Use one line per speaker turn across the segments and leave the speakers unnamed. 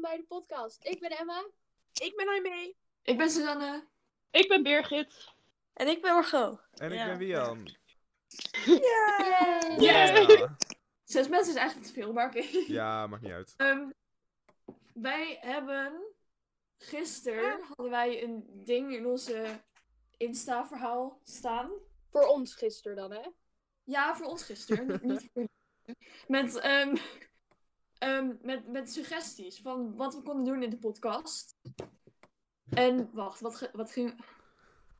bij de podcast. Ik ben Emma.
Ik ben Aimee.
Ik ben Suzanne.
Ik ben Birgit.
En ik ben Margot.
En ik
Ja.
ben Wian.
Yay!
Ja.
Zes mensen is eigenlijk te veel, maar oké.
ja, maakt niet uit.
Ehm, wij hebben gisteren hadden wij een ding in onze Insta-verhaal staan.
Voor ons gisteren dan, hè?
Ja, voor ons gisteren. niet- niet voor... Met, ehm, ehm, met, met suggesties van wat we konden doen in de podcast. En wacht, wat, ge- wat ging.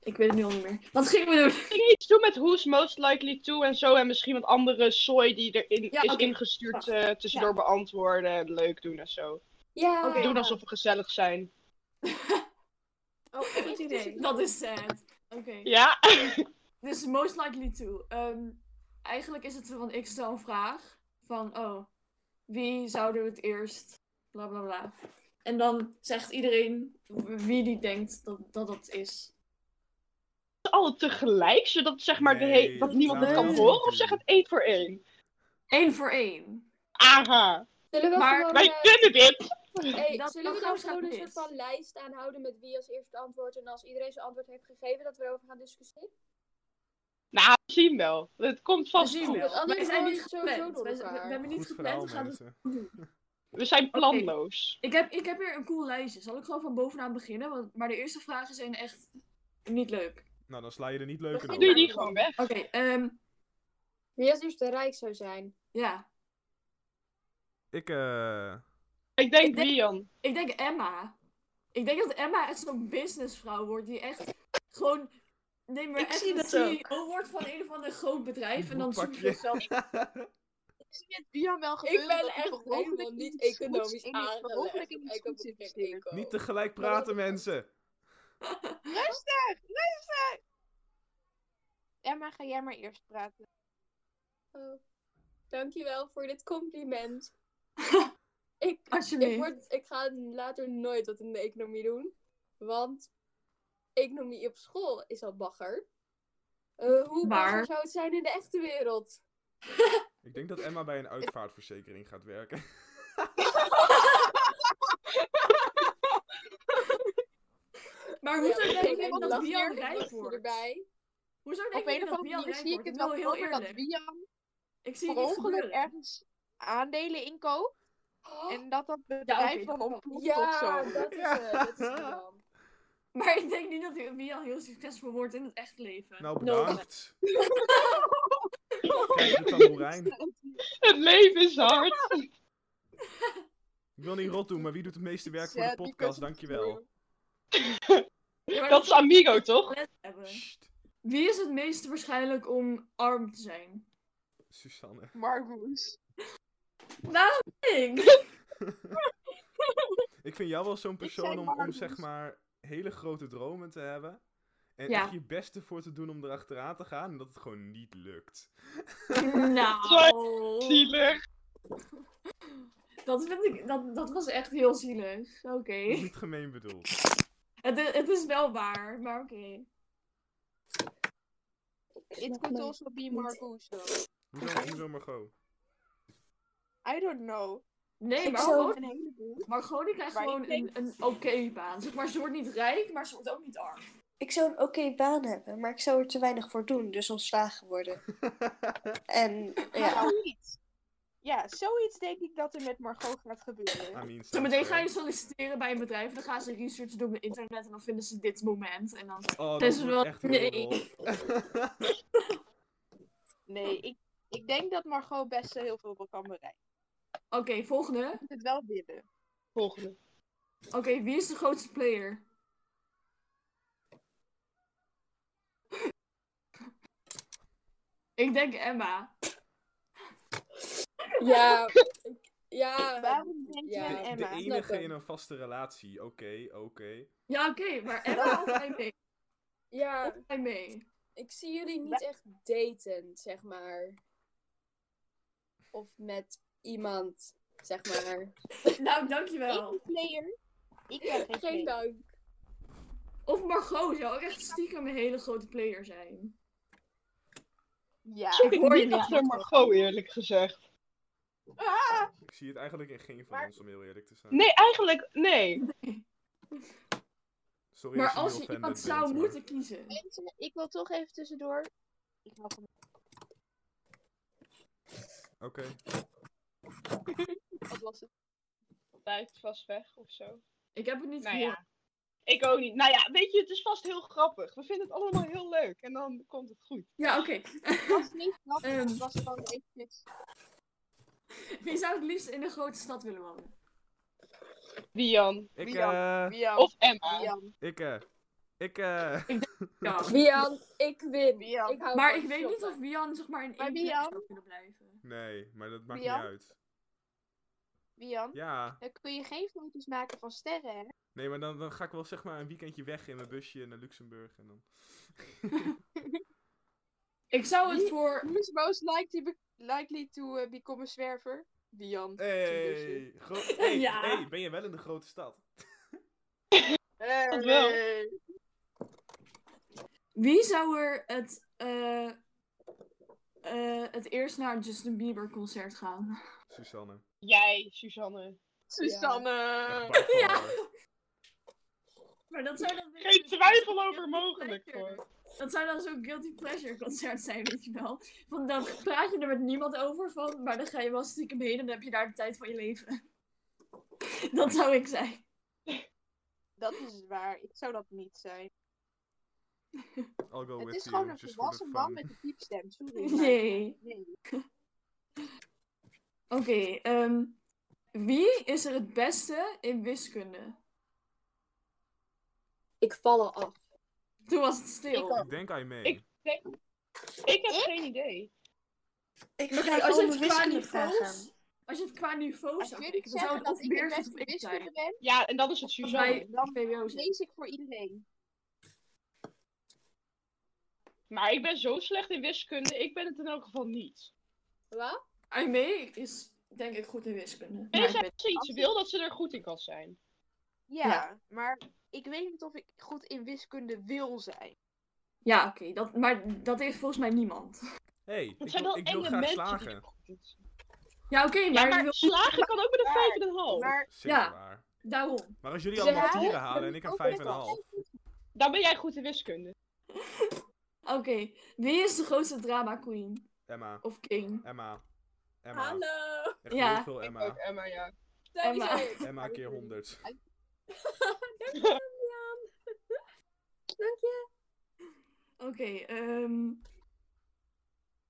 Ik weet het nu al niet meer. Wat gingen we doen?
Ik ging iets doen met who's most likely to en zo. En misschien wat andere zooi die erin
Ja,
is
oké.
ingestuurd eh, tussendoor beantwoorden en leuk doen en zo.
Ja.
Oké.
Doen alsof we gezellig zijn.
Oh, goed idee.
Dus
Dat is sad. Oké.
Ja?
Dus most likely to. Ehm, eigenlijk is het zo van, ik stel een vraag van, oh, wie zouden we het eerst, bla bla bla. En dan zegt iedereen wie die denkt dat dat, dat is.
Alle tegelijk, zodat zeg maar de he-
Nee,
dat niemand het
nee.
kan horen? Of zeg het één voor één?
Eén voor één.
Aha,
Zullen we
Maar
gewoon,
wij
eh,
kunnen dit!
hey,
Dat-
zullen we
dat
dan
gaat
gewoon een
mis.
soort van lijst aanhouden met wie als eerste antwoordt en als iedereen zijn antwoord heeft gegeven, dat we erover gaan discussiëren?
Nou, we zien wel. Het komt vast
We zien
goed.
wel.
Want anders
Dus Wij zijn
hoor
niet
je het sowieso
gepland.
door
Wij- We, we
elkaar.
hebben niet
Goed verhaal,
gepland. We gaan het
mensen.
doen.
We zijn planloos.
Ik heb, ik heb hier een cool lijstje. Zal ik gewoon van bovenaan beginnen? Want, maar de eerste vragen zijn echt niet leuk.
Nou, dan sla je er niet leuker
Dan
op.
doe je die gewoon weg.
Oké, ehm,
Wie als eerste rijk zou zijn?
ja.
Ik, eh...
Ik denk
Ik denk-
Rian.
Ik denk Emma. Ik denk dat Emma echt zo'n businessvrouw wordt die echt gewoon. Nee, maar
Ik
echt
zie
een
dat
CEO wordt van een of ander groot bedrijf en dan
Boekpakje.
superveel geld.
Ik zie het Bian wel gebeuren.
ben
dat hij
echt
per ongeluk
helemaal niet
iets goeds
economisch
in iets- per
aangelegd.
ongeluk in iets
Ik heb
goeds
ook geen
investeert.
eco.
niet tegelijk praten, mensen.
Rustig, rustig! Emma, ga jij maar eerst praten.
Oh. Dankjewel voor dit compliment. ik, ik,
Alsjeblieft.
word, ik ga later nooit wat in de economie doen. Want economie op school is al bagger. Eh, hoe
Maar-
bagger zou het zijn in de echte wereld?
Ik denk dat Emma bij een uitvaartverzekering gaat werken.
Maar hoe zou
Ja,
jij
ik
denken
heb
dat
nog
Bian
meer
rijk
mensen
wordt?
Erbij.
Hoe zou
Op
jij
een
denken
of
dat
andere
Bian
manier
rijk
zie ik
wordt? Ik ben
het wel
wel heel
gebeuren dat
eerlijk.
Bian
Ik zie
per
het niet
ongeluk
gebeuren. Oh.
ergens aandelen inkoopt. En dat dat bedrijf
oké, dat
dan
kan.
ontploft
Oh,
of
Ja,
zo.
dat is
Ja.
het. Dat is het dan.
Maar ik denk niet dat Bian heel succesvol wordt in het echt leven.
Nou,
No.
bedankt. Kijk, de tamboerijn.
Het leven is hard.
Ik wil niet rot doen, maar wie doet het meeste werk voor de
Sad
podcast?
eh, because of
Dankjewel.
Ja, maar Oh.
Dat is Amigo, toch?
talent hebben.
Sst,
Wie is het meest waarschijnlijk om arm te zijn?
Susanne.
Margoes.
Nou, ik.
Ik vind jou wel zo'n persoon
zei
om, om
Marloes.
zeg maar hele grote dromen te hebben. En
Ja.
echt je best ervoor te doen om erachteraan te gaan en dat het gewoon niet lukt.
Nou.
Zielig.
Dat, vind ik, dat, dat was echt heel zielig. Oké.
Niet gemeen bedoeld.
Het, i- het is wel waar, maar oké.
It could also be Margoes, though.
Hoezo, hoezo Margot?
I don't know.
Nee,
Ik
maar
zou
gewoon,
een heleboel.
maar gewoon die krijgt
Maar ik
gewoon
denk-
een, een oké baan. Zeg maar, ze wordt niet rijk, maar ze wordt ook niet arm.
Ik zou een oké baan hebben, maar ik zou er te weinig voor doen, dus ontslagen worden. En ja,
Zoiets. Ja, zoiets denk ik dat er met Margot gaat gebeuren.
Amin.
Zometeen ga je solliciteren bij een bedrijf en dan gaan ze research doen op internet en dan vinden ze dit moment. En dan...
Oh, dat
Best
wordt
wel-
echt heel
nee.
rot.
Nee, ik, ik denk dat Margot best wel heel veel kan bereiken.
Oké, volgende.
Ik moet het wel willen.
Volgende.
Oké, wie is de grootste player? ik denk Emma.
Ja. ik- Ja.
Waarom denk je
Ja.
aan
De- de,
Emma?
Snap
enige
hem.
in een vaste relatie. Oké, oké.
Ja, oké, maar Emma of hij mee?
Ja.
Of hij mee?
Ik zie jullie niet echt daten, zeg maar. Of met iemand, zeg maar.
Nou, dankjewel.
Ik ben player. Ik ben geen
Geen
player.
dank.
Of Margot zou ook echt stiekem een hele grote player zijn.
Ja.
Ik hoor je
Niet
niet.
achter Margot, eerlijk gezegd.
Ah!
Ik zie het eigenlijk in geen van
Maar-
ons, om heel eerlijk te zijn.
Nee, eigenlijk, nee.
Sorry
Maar
je nu
als je
offended
iemand
bent,
zou
maar-
moeten kiezen.
Mensen, ik wil toch even tussendoor. Ik had hem
Oké,
wat was het?
Blijft vast weg of zo.
Ik heb het niet
Nou
gehoord.
ja. Ik ook niet. Nou ja, weet je, het is vast heel grappig. We vinden het allemaal heel leuk. En dan komt het goed.
Ja, oké.
Het was niet grappig,
Ehm.
het was gewoon eventjes.
Wie zou het liefst in een grote stad willen wonen?
Wian.
ik,
Wian.
eh,
Bian,
Of Emma.
Bian,
ik, eh, ik, eh,
Ja.
Bian, ik win.
Bian.
Ik hou
Maar
van
ik weet niet
shoppen.
of Wian zeg maar in
Maar
één plek
Wian?
zou kunnen blijven.
nee, maar dat maakt
Wian?
niet uit.
Bian.
Ja,
Dan kun je geen foto's maken van sterren, hè?
nee, maar dan, dan ga ik wel zeg maar een weekendje weg in mijn busje naar Luxemburg en dan...
Ik zou het
Wie-
voor.
Who's most likely, be- likely to eh, become a zwerver? Bian.
Hey, gro- hey,
Ja.
hey, ben je wel in de grote stad?
Dat wel.
Wie zou er het, eh, eh, het eerst naar een Justin Bieber concert gaan?
Susanne.
Jij, Suzanne.
Susanne.
Eh,
Echt by far.
ja. Maar dat zou dan weer-
Geen twijfel over
Guilty
mogelijk
pleasure.
hoor.
Dat zou dan zo'n guilty pleasure concert zijn, weet je wel. Van dan praat je er met niemand over van, maar dan ga je wel stiekem heen en dan heb je daar de tijd van je leven. Dat zou ik zijn.
Dat is waar. Ik zou dat niet zijn.
I'll go
het
with
is
you,
gewoon een
just for the
volwassen man
fun.
met een piepstem. Sorry. maar-
Nee.
nee.
Oké, ehm, wie is er het beste in wiskunde?
Ik val al af.
Toen was het stil.
Ik ook.
Ik denk I mee.
Ik- Ik heb geen idee.
Ik
Maar
ga
kijk, als je
alle
het qua
wiskundevraag
niveaus...
aan.
Als je het qua niveaus
Als
zou
jullie
ik dan zou
zeggen
het of
dat ik het
Beertje of
beste
ik zijn.
wiskunde ben,
Ja, en dan is het Suzanne.
Bij
dan
VWO zit.
lees ik voor iedereen.
Maar ik ben zo slecht in wiskunde. Ik ben het in elk geval niet.
Wat?
Aimee is denk ik goed in wiskunde. Maar ik
Tenzij
weet-
ze iets wil dat ze er goed in kan zijn.
Ja,
Ja.
maar ik weet niet of ik goed in wiskunde wil zijn.
Ja, oké, dat, maar dat heeft volgens mij niemand.
hey, ik
Dat zijn
wil,
wel
ik wil
enge
graag
mensen.
slagen.
Die...
Ja, oké,
Ja,
maar, dus-
maar
je wil-
slagen kan ook met een
Maar-
vijf en een
Oh.
half.
Maar
Zeker
Ja.
waar.
daarom.
Maar als jullie
Ja,
allemaal
hè?
vieren halen en ik
Ook met
een 5,5.
Dan ben jij goed in wiskunde.
Oké, wie is de grootste drama queen?
Emma,
Of king?
Emma, Emma.
Hallo.
Echt
Ja.
heel veel Emma.
Ook Emma, ja.
Daar
Emma.
is hij.
Emma keer 100.
Dank je.
Oké, ehm,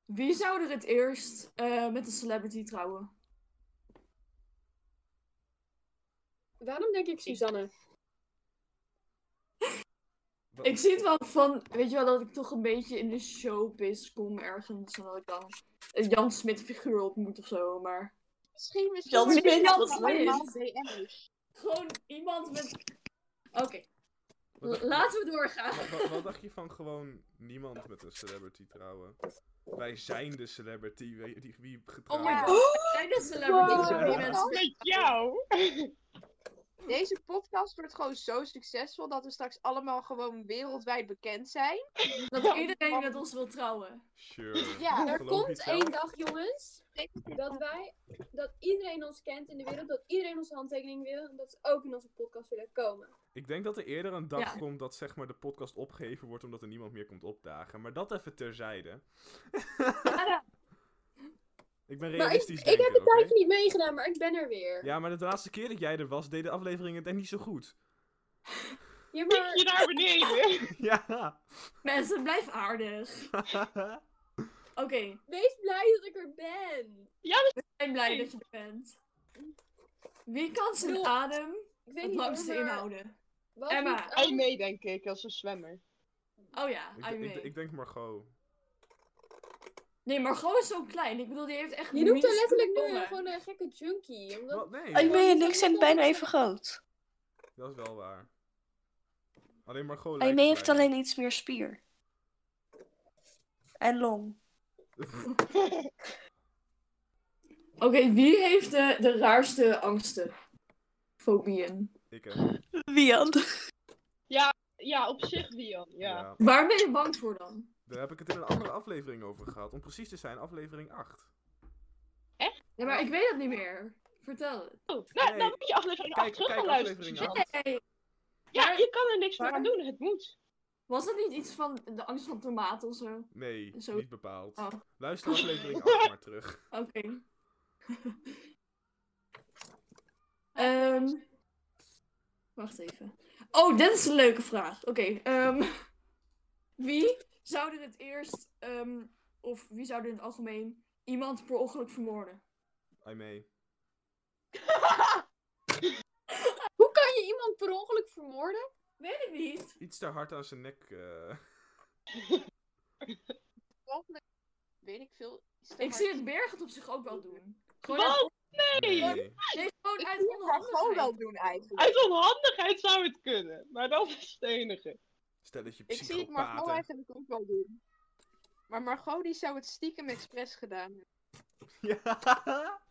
wie zou er het eerst eh, met een celebrity trouwen?
Waarom denk ik Suzanne?
Wat-
Ik zie het wel van, weet je wel, dat ik toch een beetje in de showbiz kom ergens. En dat ik dan een Jan Smit figuur op moet of zo, maar...
misschien misschien
Jan
wordt
Smit,
dit wel
wat
een
leuk.
normaal DM is.
Gewoon iemand met... Oké,
Wat dacht,
laten we doorgaan.
wat- wat- wat dacht je van gewoon niemand met een celebrity trouwen? Wij zijn de celebrity we- die wie getrouwd
Oh my
wordt.
god, zijn de celebrities
Wow.
waar die mensen...
Met jou!
Deze podcast wordt gewoon zo succesvol dat we straks allemaal gewoon wereldwijd bekend zijn.
Dat iedereen met ons wil trouwen.
Sure.
Ja,
Er
Geloof je
komt
het zelf?
één dag, jongens, dat wij, dat iedereen ons kent in de wereld, dat iedereen onze handtekening wil en dat ze ook in onze podcast willen komen.
Ik denk dat er eerder een dag
Ja.
komt dat zeg maar de podcast opgeheven wordt omdat er niemand meer komt opdagen. Maar dat even terzijde. Ik ben
Maar ik,
realistisch
ik
denker,
heb een
oké?
tijdje niet meegedaan, maar ik ben er weer.
Ja, maar de laatste keer dat jij er was, deden afleveringen het echt niet zo goed.
Ja,
Tik je
maar
naar beneden!
Ja.
Mensen, blijf aardig. Oké,
wees blij dat ik er ben.
ik ben blij dat je er bent. Wie kan zijn
Bedoel,
adem
Ik weet
het
niet
langste
hoor, maar
inhouden?
wat
Emma.
moet
Hij
aan-
mee, denk ik, als een zwemmer.
Oh ja,
ik,
I
ik,
weet.
ik denk Margot.
Nee, maar gewoon is zo klein. Ik bedoel, die heeft echt
Je noemt
minuscule
er letterlijk nu
longen.
gewoon een gekke junkie. Omdat...
Wat? Nee,
Aimee en ik zijn
Waarom-
bijna even groot.
dat is wel waar. Alleen Margot lijkt
Aimee heeft
klein.
alleen iets meer spier. En long.
Oké, wie heeft de, de raarste angsten? Fobieën.
Ik heb.
Wian.
Ja, op zich, Wian. Ja.
Ja.
Waar ben je bang voor dan?
Daar heb ik het in een andere aflevering over gehad. Om precies te zijn, aflevering 8.
Echt?
Nee, maar ik weet het niet meer. Vertel het.
Oh, nou,
Nee.
dan moet je aflevering
Kijk-
8 terug
kijk
gaan luisteren.
aflevering
Suzanne.
acht.
Nee,
Ja,
Maar-
je kan er niks meer
maar-
aan doen. Het moet.
was dat niet iets van de angst van tomaten of zo?
Nee,
Zo-
niet bepaald.
Oh.
Luister aflevering 8 maar terug.
Oké. Ehm, wacht even. Oh, dit is een leuke vraag. Oké. ehm, wie zou er het eerst, ehm, of wie zou er in het algemeen, iemand per ongeluk vermoorden?
I may.
Hoe kan je iemand per ongeluk vermoorden?
Weet ik niet.
Iets te hard aan zijn nek. eh.
Volgende weet ik veel. Is te
Ik
hard.
zie het Berget op zich ook wel doen. Gewoon
Wat?
uit,
Nee.
nee, gewoon
Ik
uit
zie het haar gewoon wel
onderhandigheid.
doen eigenlijk.
Uit onhandigheid zou het kunnen. Maar dat is het enige.
Stelletje
Ik zie het Margot
psychopaten.
eigenlijk ook wel doen. Maar Margot die zou het stiekem expres gedaan hebben.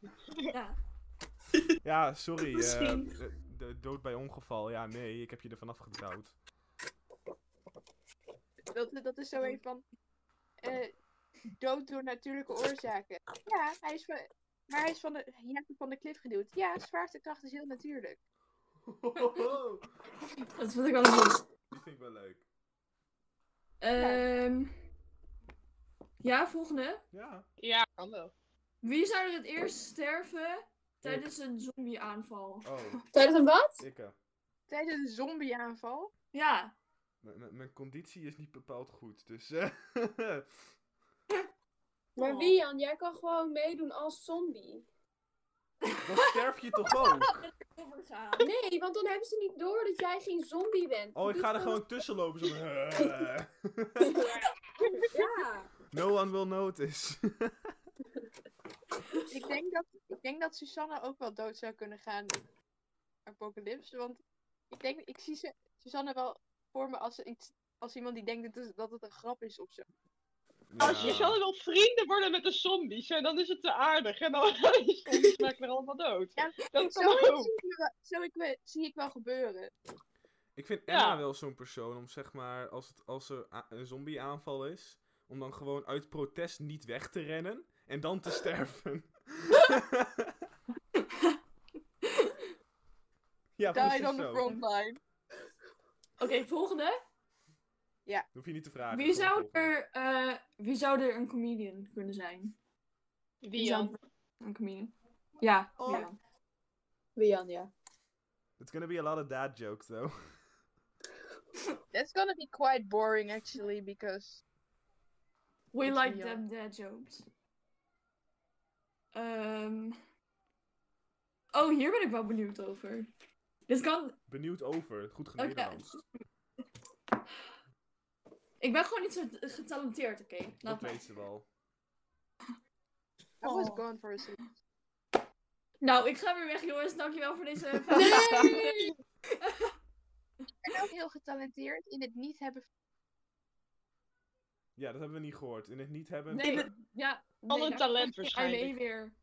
Ja.
Ja.
Ja, sorry. eh,
Misschien.
de- de dood bij ongeval. Ja, nee, ik heb je er vanaf gedouwd.
Dat, dat is zo een van... eh, dood door natuurlijke oorzaken. Ja, hij is van... Maar hij is van de, je hebt hem van de klif geduwd. Ja, zwaartekracht is heel natuurlijk.
Dat vind ik wel goed.
Die vind ik wel leuk.
Ehm, ja, volgende.
Ja.
Ja, kan wel.
Wie zou er het eerst sterven tijdens een zombie-aanval?
Oh,
Tijdens een wat?
ikke.
Tijdens een zombieaanval.
Ja,
M- m- Mijn conditie is niet bepaald goed, dus... eh,
Maar
Oh.
Wian, jij kan gewoon meedoen als zombie.
Dan sterf je toch ook?
overgaan.
Nee, want dan hebben ze niet door dat jij geen zombie bent.
Oh, ik
Je
ga er
doet
gewoon tussen lopen. Zo. van, eh.
Ja.
No one will notice.
Ik denk, dat, ik denk dat Susanna ook wel dood zou kunnen gaan in Apocalypse. Want ik denk, ik zie ze, Susanna wel voor me als, iets, als iemand die denkt dat het, dat het een grap is of zo.
Als je zal wel vrienden worden met de zombies, en dan is het te aardig. En dan die zombies maken er allemaal dood.
Ja,
dat
Zo,
kan
Oh.
ook.
zie ik me wel- zo ik me- zie ik wel gebeuren.
Ik vind Emma
Ja.
wel zo'n persoon om zeg maar, als, het, als er a- een zombieaanval is, om dan gewoon uit protest niet weg te rennen en dan te sterven. ja,
Die
precies
on the
zo. Dat
frontline.
Oké, volgende.
hoef je niet te vragen.
Wie zou, er, eh, wie zou er een comedian kunnen zijn? Wie zou een comedian? Ja,
Oh.
ja.
Wian, ja.
It's gonna be a lot of dad jokes though.
That's gonna be quite boring actually, because...
We
is
like
niet
them dead jokes. Ehm, Oh, hier ben ik wel benieuwd over. Dit kan...
Benieuwd over. Goed
Oké.
genederlands.
Ik ben gewoon niet zo t- getalenteerd, oké?
Dat
Laat maar.
weet ze wel.
I was
Oh.
gone for a second.
Nou, ik ga weer weg, jongens. Dankjewel voor deze...
Nee!
En ook heel getalenteerd in het niet hebben
Ja, dat hebben we niet gehoord. In het niet hebben.
Nee, ja.
Al
nee,
een
daar-
talent
Ah, nee,
waarschijnlijk.
weer.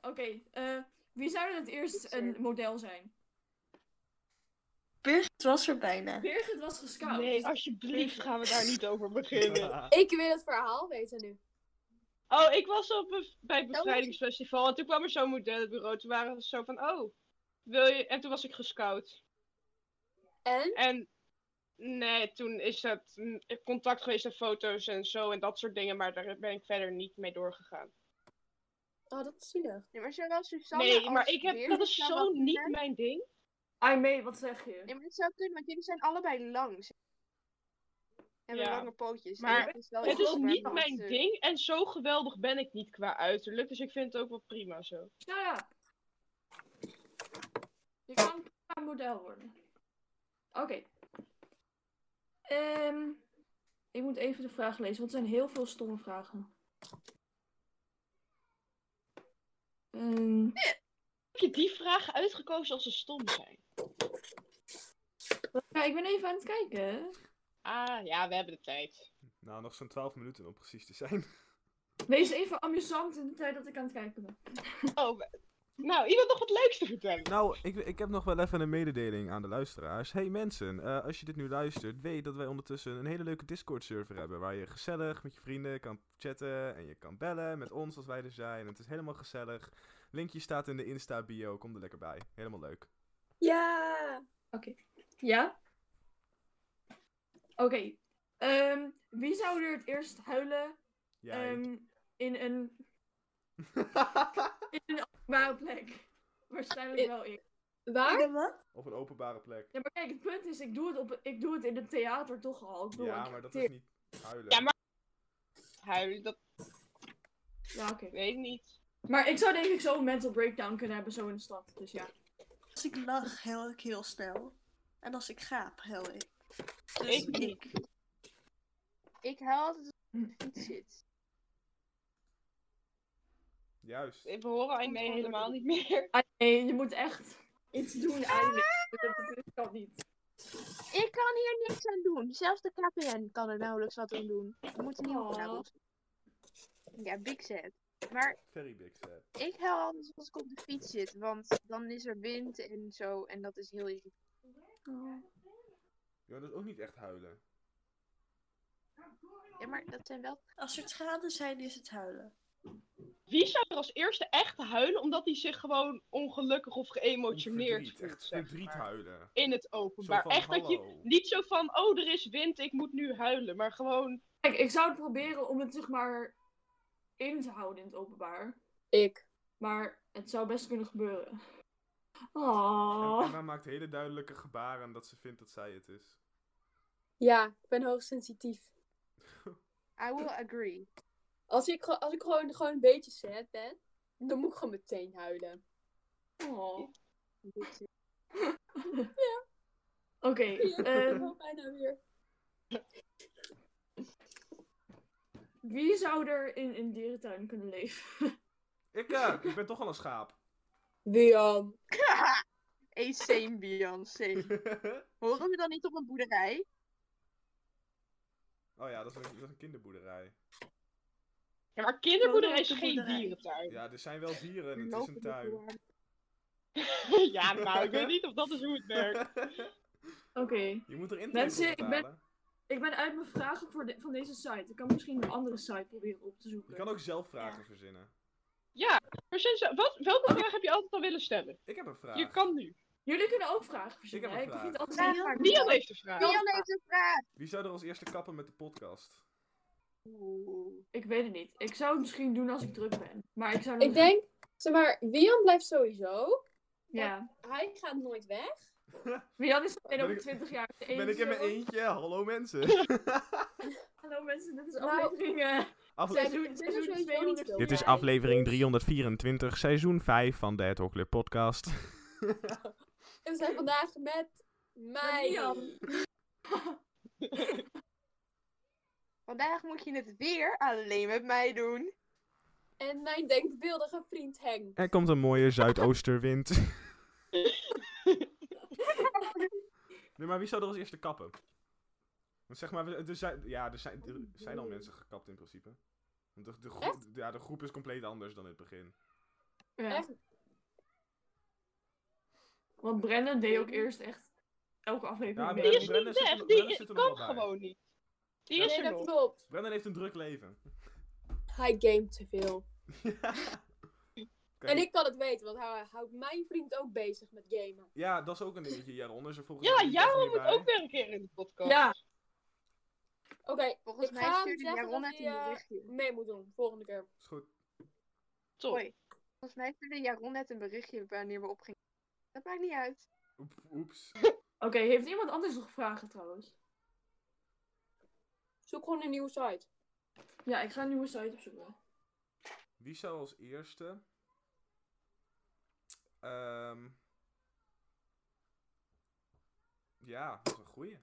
Oké, eh, wie zou er het eerst een model zijn?
Birgit was er bijna.
Birgit was gescout. dus
Nee, alsjeblieft gaan we daar niet over beginnen.
Ik wil het verhaal weten nu.
Oh, ik was op een, bij een bevrijdingsfestival en toen kwam er zo'n modellenbureau. Toen waren ze zo van, oh, wil je... En toen was ik gescout.
En?
En nee, toen is het mm, contact geweest en foto's en zo en dat soort dingen. Maar daar ben ik verder niet mee doorgegaan.
Oh, dat is zielig.
Nee, maar zowel Susanne
Nee,
als
maar ik heb,
Beer
dat is
zou
zo
wel
niet
kunnen.
mijn ding.
I may, wat zeg je?
Nee, maar het zou kunnen, want jullie zijn allebei lang. Ze hebben
Ja.
lange pootjes. en
Maar
dat is wel
Het
iets
is
waar
niet
man
mijn
te-
ding en zo geweldig ben ik niet qua uiterlijk. Dus ik vind het ook wel prima zo.
Shut up. Je kan een model worden. Oké. Ehm, ik moet even de vraag lezen, want het zijn heel veel stomme vragen. Ehm,
Heb je die vragen uitgekozen als ze stom zijn?
ja, ik ben even aan het kijken.
Ah, ja, we hebben de tijd.
Nou, nog zo'n 12 minuten om precies te zijn.
Wees even amusant in de tijd dat ik aan het kijken ben.
Oh, Nou, iemand nog wat leuks te vertellen.
Nou, ik, ik heb nog wel even een mededeling aan de luisteraars. Hey mensen, eh, als je dit nu luistert, weet dat wij ondertussen een hele leuke Discord-server hebben. Waar je gezellig met je vrienden kan chatten en je kan bellen met ons als wij er zijn. Het is helemaal gezellig. Linkje staat in de Insta-bio, kom er lekker bij. Helemaal leuk.
Ja! Oké. Ja? Oké. Ehm, wie zou er het eerst huilen
Jij.
ehm, in een openbare plek? Waarschijnlijk
Ik-
wel ik.
Waar?
Op een openbare plek.
Ja, maar kijk, het punt is, ik doe het, op, ik doe het in het theater toch al. Ik bedoel,
Ja,
ik
maar dat
acteer.
is niet huilen.
Ja, maar- Huilen, dat
Ja, oké.
weet ik niet.
Maar ik zou denk ik zo een mental breakdown kunnen hebben, zo in de stad. Dus ja.
Als ik lach, heel ik heel snel. En als ik gaap, heel ik. Dus
Ik niet.
Ik huil altijd als ik op de
Hm.
fiets zit.
Juist.
We horen Aimee helemaal niet meer.
Ah, Nee, je moet echt iets doen eigenlijk. Dat, dat kan niet.
Ik kan hier niks aan doen. Zelfs de KPN kan er nauwelijks wat aan doen. We moeten niet
Aw.
Oh.
op Ja, big set. Maar
Very big set.
ik huil altijd als ik op de fiets zit, want dan is er wind en zo en dat is heel irritant.
Ja, dat is ook niet echt huilen.
Ja, maar dat zijn wel...
Als er schade zijn, is het huilen.
Wie zou er als eerste echt huilen omdat hij zich gewoon ongelukkig of geëmotioneerd
Verdriet,
voelt?
echt
zeg
verdriet
maar.
huilen.
In het
Zo
openbaar.
van,
echt dat je
hallo.
niet zo van, oh er is wind, ik moet nu huilen. Maar gewoon,
Kijk, ik zou het proberen om het zeg maar in te houden in het openbaar.
Ik.
Maar het zou best kunnen gebeuren.
En
Oh.
Emma maakt hele duidelijke gebaren dat ze vindt dat zij het is.
Ja, ik ben hoogsensitief.
I will agree.
Als ik, ge- als ik gewoon, gewoon een beetje sad ben, dan moet ik gewoon meteen huilen.
oh.
Big set.
Oké,
Ik
ehm,
wil bijna weer.
wie zou er in een dierentuin kunnen leven?
Ik, eh, ik ben toch al een schaap.
Wian.
Hey, same, Bian, same. Horen we dan niet op een boerderij?
oh ja, dat is, een, dat is een kinderboerderij.
ja, maar kinderboerderij is
Gewoon op de
geen
boerderij.
dierentuin.
Ja, er zijn wel dieren en het is
Lopen
een
de
tuin.
boer-
Ja. nou, ik weet niet of dat is hoe het werkt.
Oké,
Je moet er in
Mensen, ik ben- ik ben uit mijn vragen voor de- van deze site. Ik kan misschien een andere site proberen op te
Je
zoeken.
kan ook zelf vragen verzinnen.
Ja, maar sinds, wat, welke vraag heb je altijd al willen stellen?
Ik heb een vraag.
Je kan nu.
Jullie kunnen ook vragen verzinnen.
Ik heb een
hè? begin
vraag.
altijd
Vraag maar,
Dion
Bian.
heeft de vraag.
Bian heeft een vraag!
Wie zou er als eerste kappen met de podcast?
Oeh.
Ik weet het niet. Ik zou het misschien doen als ik druk ben. Maar ik zou
Ik denk, zeg maar, Wian blijft sowieso.
Ja.
Hij gaat nooit weg.
Maar Jan is alleen
Ben
over
ik-
20 jaar. de
Ben ik
enige-
in mijn eentje? Hallo mensen.
Hallo mensen, dit is
Nou,
aflevering eh,
Oh,
Zij
seizoen-
doen-
seizoen
sowieso niet
200.
veel.
Dit is aflevering 324, seizoen 5 van de Het Hok Club podcast.
En we zijn vandaag met mij.
Wian.
Vandaag moet je het weer alleen met mij doen.
En mijn denkbeeldige vriend Henk.
Er komt een mooie zuidoosterwind. nee, maar wie zou er als eerste kappen? Want zeg maar, we- er zijn, ja, er zijn, er zijn al mensen gekapt in principe. Want de, de, groe-
Echt?
ja, de groep is compleet anders dan in het begin.
Ja.
Echt?
Want Brennan deed ook eerst echt elke aflevering
Ja,
mee.
Die is
Brennan
niet
zit er
weg,
nog- Brennan
die
zit er nog
kan
wel bij.
gewoon niet. Die
Ja.
is
Nee,
er
dat
nog.
klopt.
Brennan heeft een druk leven.
Hij game te veel.
Kijk,
En ik kan het weten, want hij houdt mijn vriend ook bezig met gamen.
Ja, dat is ook een dingetje. Jaron is er volgens
Ja,
mij niet- echt
Jaron
niet
moet
bij.
ook weer een keer in de podcast.
Ja.
Oké,
Volgens
Ik
mij
ga hem
stuurde
zeggen
Jaron
dat
het
hij,
in
eh,
berichtje.
mee moet doen, volgende keer.
Is goed.
Top.
Hoi. Volgens mij stuurde Jaron net een berichtje wanneer we opgingen. Dat maakt niet uit.
Oep- Oeps.
Oké, heeft iemand anders nog vragen trouwens?
Zoek gewoon een nieuwe site.
Ja, ik ga een nieuwe site opzoeken.
Wie zou als eerste. Ehm Ja, dat is een goeie.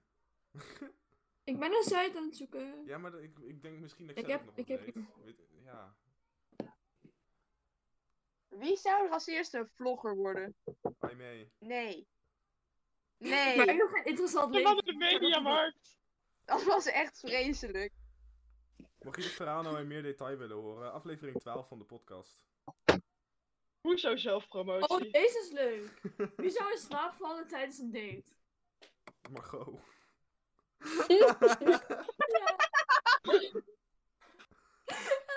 Ik ben een site aan het zoeken.
Ja, maar dat- ik, ik denk misschien dat ik,
Ik
zelf
heb-
nog
ik
wat
heb-
weet. Weet- Ja.
Wie zou er als eerste een vlogger worden?
Ai mee.
Nee.
Maar ik
Nee,
heb geen interessant
We
leven.
hadden de mediamarkt.
dat was echt vreselijk.
Mocht je dit verhaal nou in meer detail willen horen, aflevering 12 van de podcast.
Hoezo zelfpromotie?
Oh, deze is leuk. Wie zou in slaap vallen tijdens een date?
Margot.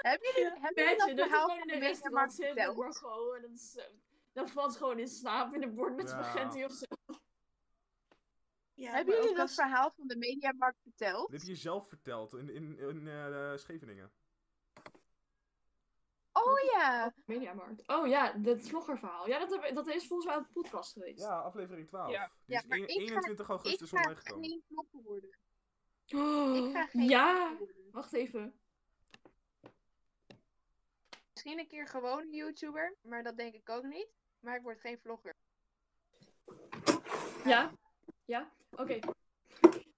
Hebben jullie, hebben jullie dat
Mensen, dat je
verhaal
gewoon
van
in een
de
restaurant zit met
verteld?
Margot en dan, is, eh, dan valt ze gewoon in slaap in een bord met
Ja.
spaghetti of zo.
Ja,
Hebben
maar
jullie
ook
dat
als-
verhaal van de Mediamarkt verteld?
Dit heb je zelf verteld in, in, in eh, Scheveningen.
Oh ja!
Mediamarkt. Oh ja, dat vloggerverhaal. Ja, dat, heb- dat is volgens mij op de podcast geweest.
Ja, aflevering 12.
Ja.
Die is
Ja, maar
een-
ik ga-
21
Ik
augustus
ga
online gekomen.
geen knoppen worden.
Oh,
Ik ga geen
ja.
knoppen worden.
Wacht even.
Misschien een keer gewoon een YouTuber, maar dat denk ik ook niet. Maar ik word geen vlogger.
Ja? Ja? Oké.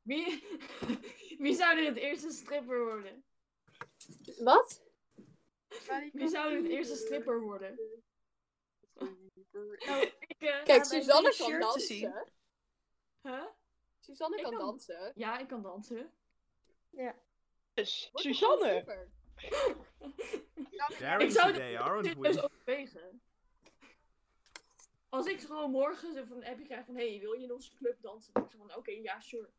Wie... Wie zou er het eerste stripper worden?
Wat?
Wie zou er het eerste stripper worden? Ik, eh,
Ja,
Kijk,
bij
Suzanne
jullie
kan
shirt te zien.
dansen.
huh?
Suzanne
Ik
kan
kan-
dansen.
Ja, ik kan dansen.
Dus,
Wordt gewoon
Suzanne!
super.
Nou,
Daring
Ik zou
today, aren't
serieus
we?
overwegen. Als ik gewoon morgen zo van een appje krijg van... Hé, hey, wil je in onze club dansen? Dan zeg ik van, oké, ja, sure.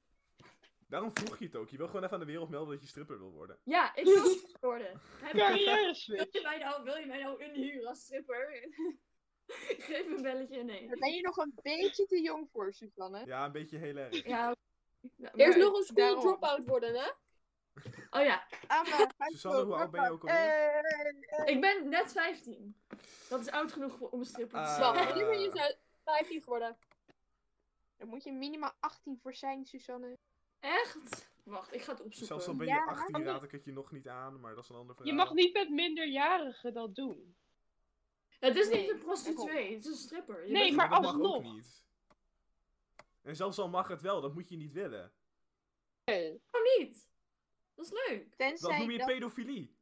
Daarom vroeg je het ook. Je wil gewoon even aan de wereld melden dat je stripper wil worden.
Ja, ik wil stripper worden. Heb je-
Carrière
Wil
switch.
je mij nou, wil je mij nou inhuren als stripper? Geef een belletje, nee.
Daar ben je nog een beetje te jong voor, Suzanne.
Ja, een beetje heel erg.
Ja, maar-
Eerst nog een school
daarom.
drop-out worden, hè?
Oh ja,
Amma, ga
Suzanne,
door,
hoe oud ben je ook
Amma.
alweer?
Eh,
ik ben net 15. Dat is oud genoeg voor, om een stripper te
Ah.
zijn.
Wacht, nu ben je zo 15 geworden.
Daar moet je minimaal 18 voor zijn, Suzanne.
Echt? Wacht, ik ga het opzoeken.
Zelfs al ben je
Ja,
18
maar-
raad ik het je nog niet aan, maar dat is een ander
Je
verhaal.
mag niet met minderjarigen dat doen.
Het is niet
Nee,
een prostituee, het is een stripper. Je
Nee,
bent-
maar
dat mag
alsnog.
ook niet. En zelfs al mag het wel, dat moet je niet willen.
Nee.
Oh, niet. Dat is leuk.
Tenzij
Dat noem je
dat-
pedofilie.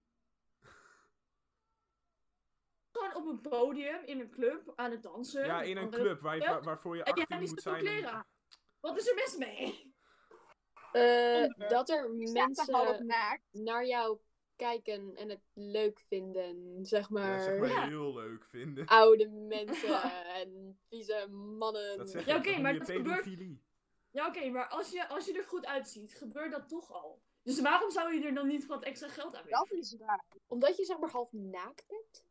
Gewoon op een podium, in een club, aan het dansen.
Ja,
met
in een
andere-
club waar je, waar- waarvoor je
En je hebt
18
niet
moet
zoveel
zijn. om-
kleren aan. Wat is er mis mee?
Eh, dat er
staat toch half
mensen
naakt.
naar jou kijken en het leuk vinden, zeg maar.
Ja, zeg maar
Ja.
heel leuk vinden.
Oude mensen en vieze mannen.
Dat zeg
Ja,
ik,
oké,
noem
maar
je
dat gebeurt-
pedofilie.
Ja, oké, maar als je, als je er goed uitziet, gebeurt dat toch al. Dus waarom zou je er dan niet wat extra geld aan willen?
Dat is waar.
Omdat je zeg maar half naakt bent.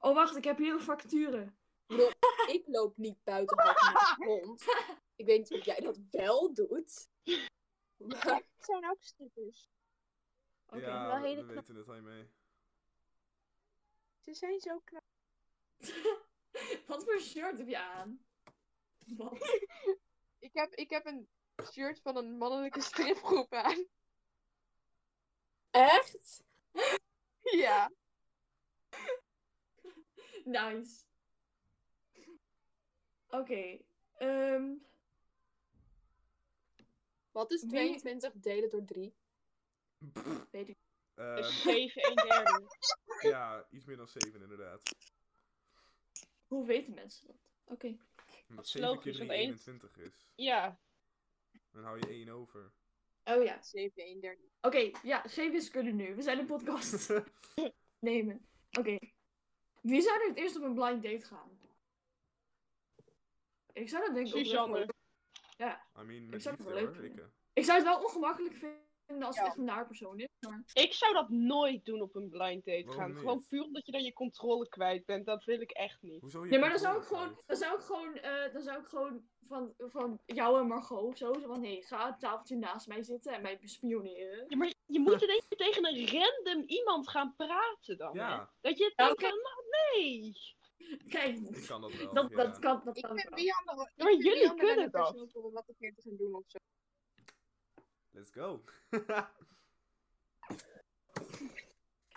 Oh, wacht, ik heb hier een facturen.
Ik bedoel, ik loop niet buiten half naakt rond. Ik weet niet of jij dat wel doet. Maar
Het zijn ook stickers.
Oké.
Ja,
wel
we,
hele
we
knap.
weten het al mee.
Ze zijn zo knap.
Wat voor shirt heb je aan? Wat?
Ik heb, ik heb een shirt van een mannelijke stripgroep aan.
echt?
Ja.
Nice. Oké. ehm,
Wat is
Wie-
22 delen door 3?
Ehm,
Dus 7, 1 derde.
ja, iets meer dan 7 inderdaad.
hoe weten mensen dat? Oké.
Omdat
is
7 keer
logisch,
3
op één.
21 is.
Ja,
Dan hou je 1 over.
Oh ja.
7, 1, 13.
Oké, ja, geen wiskunde nu. We zijn een podcast nemen. Oké. Wie zou er het eerst op een blind date gaan? Ik zou dat denk ik oprecht
Suzanne.
wel-
I mean,
Ik
met
zou het
liefde
wel leuk
hoor, ik, eh.
Ik zou het wel ongemakkelijk vinden als het
Ja.
echt een naar persoon is. Maar...
Ik zou dat nooit doen op een blind date
Waarom
gaan.
niet?
Gewoon puur omdat je dan je controle kwijt bent. Dat wil ik echt niet.
Hoezo je
Nee, maar dan zou ik
controle
gewoon,
kwijt?
dan zou ik gewoon, eh, dan zou ik gewoon van, van jou en Margot of zo, zo van hé, hey, ga het tafeltje naast mij zitten en mij bespioneren.
Ja, maar je moet in één keer tegen een random iemand gaan praten dan.
Ja,
hè? Dat je
Ja,
denkt
oké.
van, nou nee.
Kijk,
ik kan dat wel.
dat,
ja.
dat kan, dat
Ik
kan
vind
wel.
Rian de
Maar jullie kunnen dat.
Om wat een keer te gaan doen of zo.
Let's go.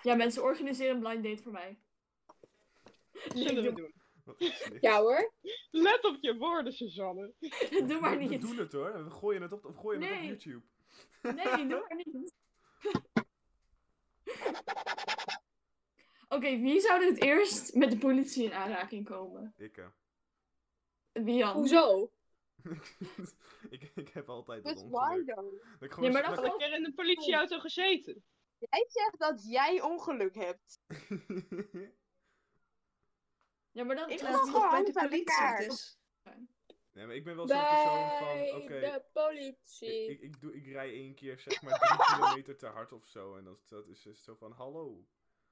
Ja, mensen, organiseer een blind date voor mij.
Zullen we doen.
Wat is dit?
Ja hoor.
Let op je woorden, Suzanne.
doe maar
We
niet.
doen het hoor. We gooien het op, we gooien het op
Nee.
YouTube.
Nee, doe maar niet. Oké, wie zou er het eerst met de politie in aanraking komen?
Ik, eh.
Wian.
Hoezo?
ik, ik heb altijd dat
Dus why
ongeluk.
though?
Dat ik gewoon
maar
zo-
dat
Heb
dat
ik keer in een politieauto gezeten?
Jij zegt dat jij ongeluk hebt.
ik-
Ja, maar dat
Ik
Laat
wil
het
gewoon
bij de
handen bij
politie
elkaar.
dus.
Nee, maar ik ben wel zo'n persoon
Bij
van, oké,
de
ik,
politie.
ik, ik, doe, ik rij één keer zeg maar drie kilometer te hard of zo. En dat, dat is dus zo van, hallo,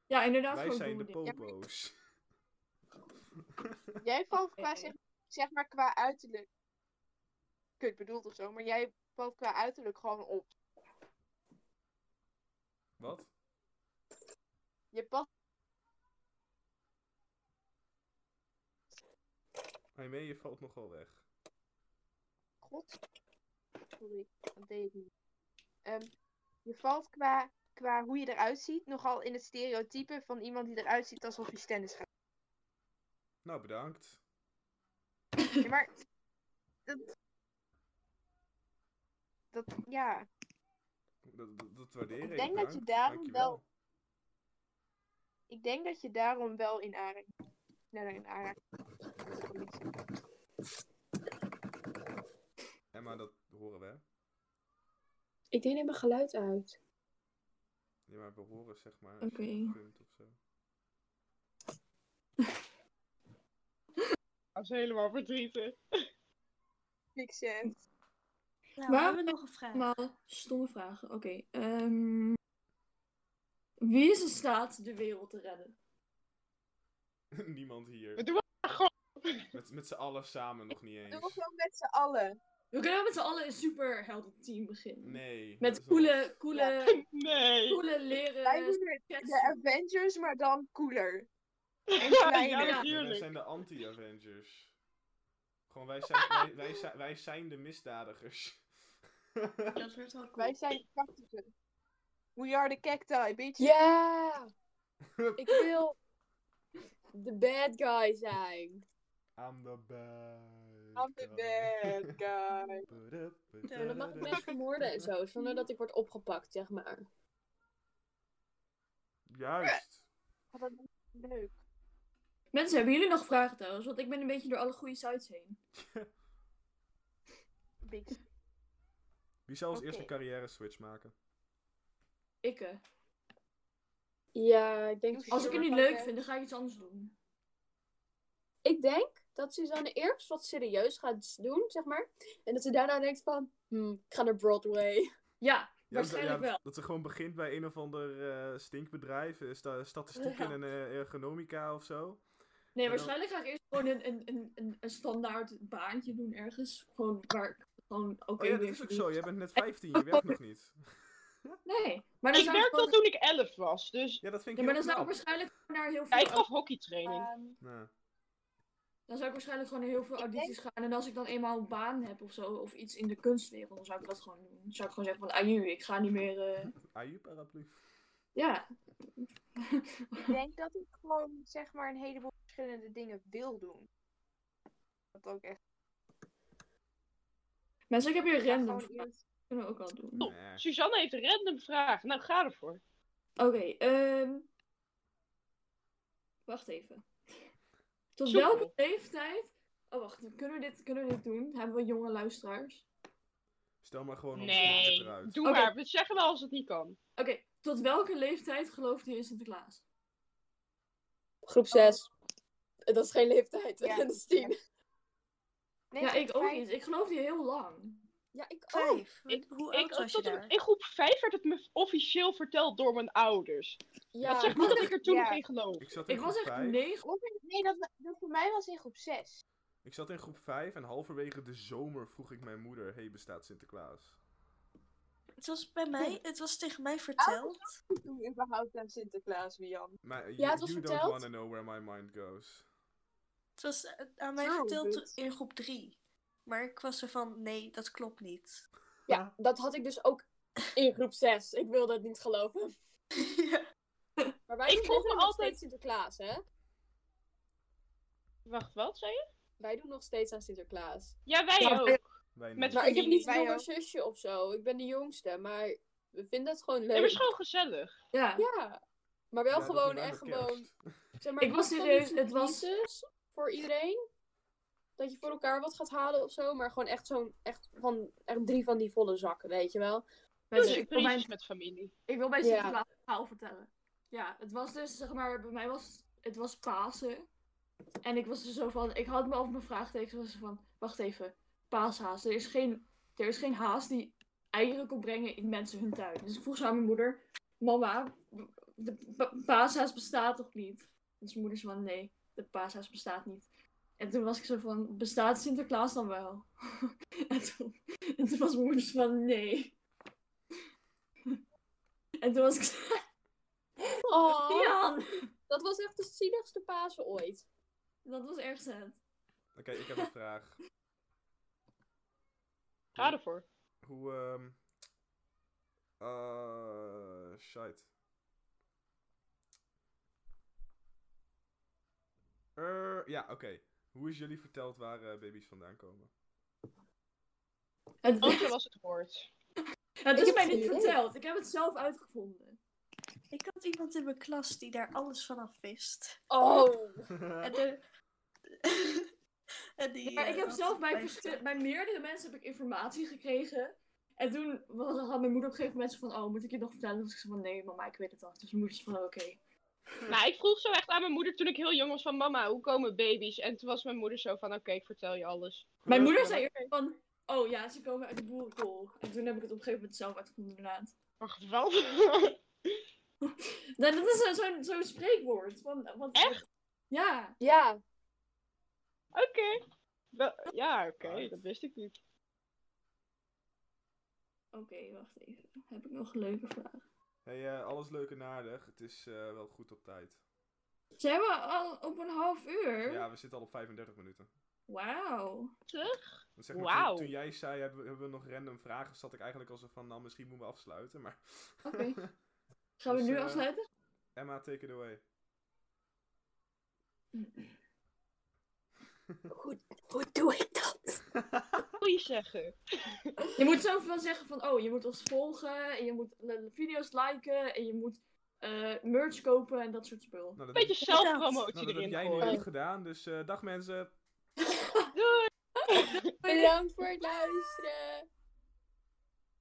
Ja, inderdaad.
wij
gewoon
zijn de
doen dingen.
Ja, maar-
popo's.
Jij valt qua,
Oké.
zeg, zeg maar qua uiterlijk. Kut bedoeld of zo, maar jij valt qua uiterlijk gewoon op.
Wat?
Je past.
Hij mee, je valt nogal weg.
God. Sorry, dat deed ik niet. Ehm, je valt qua, qua hoe je eruit ziet nogal in het stereotype van iemand die eruit ziet alsof hij stennis gaat.
Nou, bedankt.
Ja, maar. Dat. Dat, ja.
Dat, dat, dat waardeer ik.
Ik denk dat je
bedankt.
daarom
Dankjewel.
wel- Ik denk dat je daarom wel in aanraking. Sneller in aanraking. komt met de politie.
Emma, dat horen we. hè?
Ik deed even mijn geluid uit.
Ja, maar we horen zeg maar. als je
Oké.
gunt of zo.
Dat is helemaal verdrietig.
Niks zegt.
Nou,
Maar-
we hebben nog een vraag.
Allemaal stomme vragen. Oké. ehm, wie is in staat de wereld te redden?
Niemand
We
hier.
doen het gewoon.
Met, met z'n allen samen nog niet
Doe
eens.
gewoon met z'n allen.
We kunnen wel met z'n allen een superheldenteam beginnen.
Nee. dat
Met
is
coole,
anders.
coole,
Nee.
coole
Wij
leren.
doen het.
dus-
De Avengers, maar dan cooler.
Ja,
kleiner.
Nee, Wij
natuurlijk.
zijn de anti-Avengers. Gewoon, wij zijn, wij, wij, zijn, wij zijn de misdadigers.
Dat wordt wel cool.
Wij zijn de krachtige. We are the cacti, bitch.
Ja! Ik wil de bad guy zijn.
I'm the bad
I'm the bad guy.
En dan mag ik mensen vermoorden en zo, zonder dat ik word opgepakt, zeg maar.
Juist.
Oh, dat is leuk.
Mensen, hebben jullie nog vragen trouwens? Want ik ben een beetje door alle goede sites heen.
Bitch.
Wie zou als
Oké.
eerste een carrière switch maken?
Ik. eh,
Ja, ik denk...
Doe
Als
Suzanne-
ik het niet leuk vind, dan ga ik iets anders doen.
Ik denk dat Suzanne eerst wat serieus gaat doen, zeg maar. En dat ze daarna denkt van... Hm, ik ga naar Broadway.
Ja,
Ja, dat-
waarschijnlijk
ja,
wel.
dat- Dat ze gewoon begint bij een of ander eh, stinkbedrijf, eh, sta- statistiek
Ja.
en eh, ergonomica of zo. Oh
Nee,
En dan-
waarschijnlijk ga ik eerst gewoon een, een, een, een, een standaard baantje doen ergens. Gewoon waar ik gewoon oké dus
Oh ja, dat
mee
is ook
verdien.
zo. Jij bent net 15, je werkt nog niet.
Nee, maar dan
Ik
zou ik
werkte
gewoon...
al toen ik 11 was, dus
Ja, dat vind
Ja,
ik
maar dan zou ik
heel knap. Nou,
waarschijnlijk gewoon naar heel
ja,
veel...
ik gaf hockeytraining.
ehm,
Ja.
dan zou ik waarschijnlijk gewoon naar heel veel
Ik denk-
audities gaan. En als ik dan eenmaal een baan heb of zo, of iets in de kunstwereld, dan zou ik dat gewoon doen. Dan zou ik gewoon zeggen van, aju, ik ga niet meer... eh,
Aju paraplu.
Ja.
Ik denk dat ik gewoon zeg maar een heleboel verschillende dingen wil doen. Dat ook echt.
Mensen, ik heb hier
Ja,
random
gewoon
vragen.
eerst-
Dat kunnen we ook wel doen.
Oh.
Nee.
Suzanne heeft een random vraag. Nou, ga ervoor.
Oké, ehm. Wacht even. Tot
Zoek
welke
op.
leeftijd. Oh, wacht. Kunnen we, dit, kunnen we dit doen? Hebben we jonge luisteraars?
Stel maar gewoon ons
Nee,
eruit.
doe
Oké.
maar. We zeggen wel als het niet kan.
Oké, tot welke leeftijd geloofde je in Sinterklaas?
Groep 6. Dat is geen leeftijd.
Ja.
dat is tien.
Nee,
ja, ik ook
fijn.
niet. Ik geloofde je heel lang.
Ja, ik
Oh.
ook.
Vijf.
ik-
Hoe
Ik,
oud was je
tot
daar?
een- in groep 5 werd het me officieel verteld door mijn ouders.
Ja,
Dat zegt maar dat ik er toen
Ja.
nog in geloof.
Ik zat in
Ik was
groep
echt
5.
negen.
Of in- Nee, dat, dat voor mij was in groep 6.
Ik zat in groep 5 en halverwege de zomer vroeg ik mijn moeder: Hey, bestaat Sinterklaas?
Het was bij mij, het was tegen mij verteld.
Toen überhaupt aan Sinterklaas, Wian.
Maar eh,
Ja,
you,
het was
you don't
verteld.
wanna know where my mind goes.
Het was eh, aan mij
True,
verteld
bitch.
in groep drie. Maar ik was er van, nee, dat klopt niet.
ja, dat had ik dus ook in groep 6. Ik wilde het niet geloven.
ja.
Maar wij
Ik voel me
geloven nog
altijd-
steeds Sinterklaas, hè?
Wacht, wat zei je?
Wij doen nog steeds aan Sinterklaas.
Ja, wij
Ja,
ook.
Wij
Met
niet.
Maar ik heb niet een
Wij
jonger
ook.
zusje of zo. Ik ben de jongste, maar we vinden het gewoon
Het
leuk.
was gewoon gezellig.
Ja.
Ja, maar wel
Ja, dat
gewoon
doen wij
echt
met kerst.
gewoon. Zeg maar,
Ik was
dan
serieus,
niet een
het was-
crisis voor iedereen. Dat je voor elkaar wat gaat halen of zo, maar gewoon echt zo'n echt van echt drie van die volle zakken, weet je wel?
Dus
Mensen, ik, wil
vriendjes
mijn,
met familie.
ik wil mijn
Ja.
Sinterklaas verhaal vertellen. Ja, het was dus, zeg maar, bij mij was het was Pasen. En ik was er zo van, ik had me over mijn vraagtekens. Ik was zo van, wacht even, paashaas. Er is, geen, er is geen haas die eieren kon brengen in mensen hun tuin. Dus ik vroeg zo aan mijn moeder, mama, de pa- paashaas bestaat toch niet? En zijn moeder zei van, nee, de paashaas bestaat niet. En toen was ik zo van, bestaat Sinterklaas dan wel? en, toen, en toen was mijn moeder zo van, nee. en toen was ik zo,
Oh,
Jan!
dat was echt de zieligste Pasen ooit.
Dat was erg sad.
Oké, ik heb een vraag.
Ga ervoor.
Hoe, ehm eh, shit. Eh, ja, oké. Hoe is jullie verteld waar eh, baby's vandaan komen?
Het,
Antje was het woord.
het is
heb
mij
geen
niet
idee.
verteld. Ik heb het zelf uitgevonden.
Ik had iemand in mijn klas die daar alles vanaf wist.
Oh,
En, de... en die,
maar ik
eh,
heb
had
zelf bij,
mij
verschil-
verteld.
bij meerdere mensen heb ik informatie gekregen. En toen was, had mijn moeder op een gegeven moment zo van, oh, moet ik je nog vertellen? Toen was ik zo van, nee mama, ik weet het al. Dus mijn moeder zei van, oké.
Maar Nou, ik vroeg zo echt aan mijn moeder toen ik heel jong was van mama, hoe komen baby's? En toen was mijn moeder zo van oké, ik vertel je alles.
Mijn moeder zei eerst van, oh ja, ze komen uit de boerenkool. En toen heb ik het op een gegeven moment zelf uitgevonden inderdaad.
Wacht, wat?
Nou, dat is zo- zo'n zo'n spreekwoord. Van, want,
Echt?
Ja.
ja.
Oké. Wel- Ja, oké,
Right.
dat wist ik niet.
Oké, wacht even. Heb ik nog een leuke vraag?
Hey, eh, alles leuk en aardig. Het is eh, wel goed op tijd.
Zijn we al op een half uur?
Ja, we zitten al op 35 minuten.
Wauw.
Want zeg maar, toen-
Wauw.
toen, jij zei, hebben we, hebben we nog random vragen, zat ik eigenlijk al zo van, nou, misschien moeten we afsluiten, maar...
Oké. Gaan we
Dus,
nu
eh,
afsluiten?
Emma, take it away.
Hoe, hoe doe ik dat?
Nou,
Goeie zeggen.
Je moet zo van zeggen van, oh, je moet ons volgen, en je moet le- video's liken, en je moet eh, merch kopen en dat soort spul.
Nou, dat,
Beetje
heb,
zelfpromotie
nou, dat heb
erin
jij nu
gooien.
niet gedaan, dus eh, dag mensen.
Doei!
Bedankt voor het luisteren.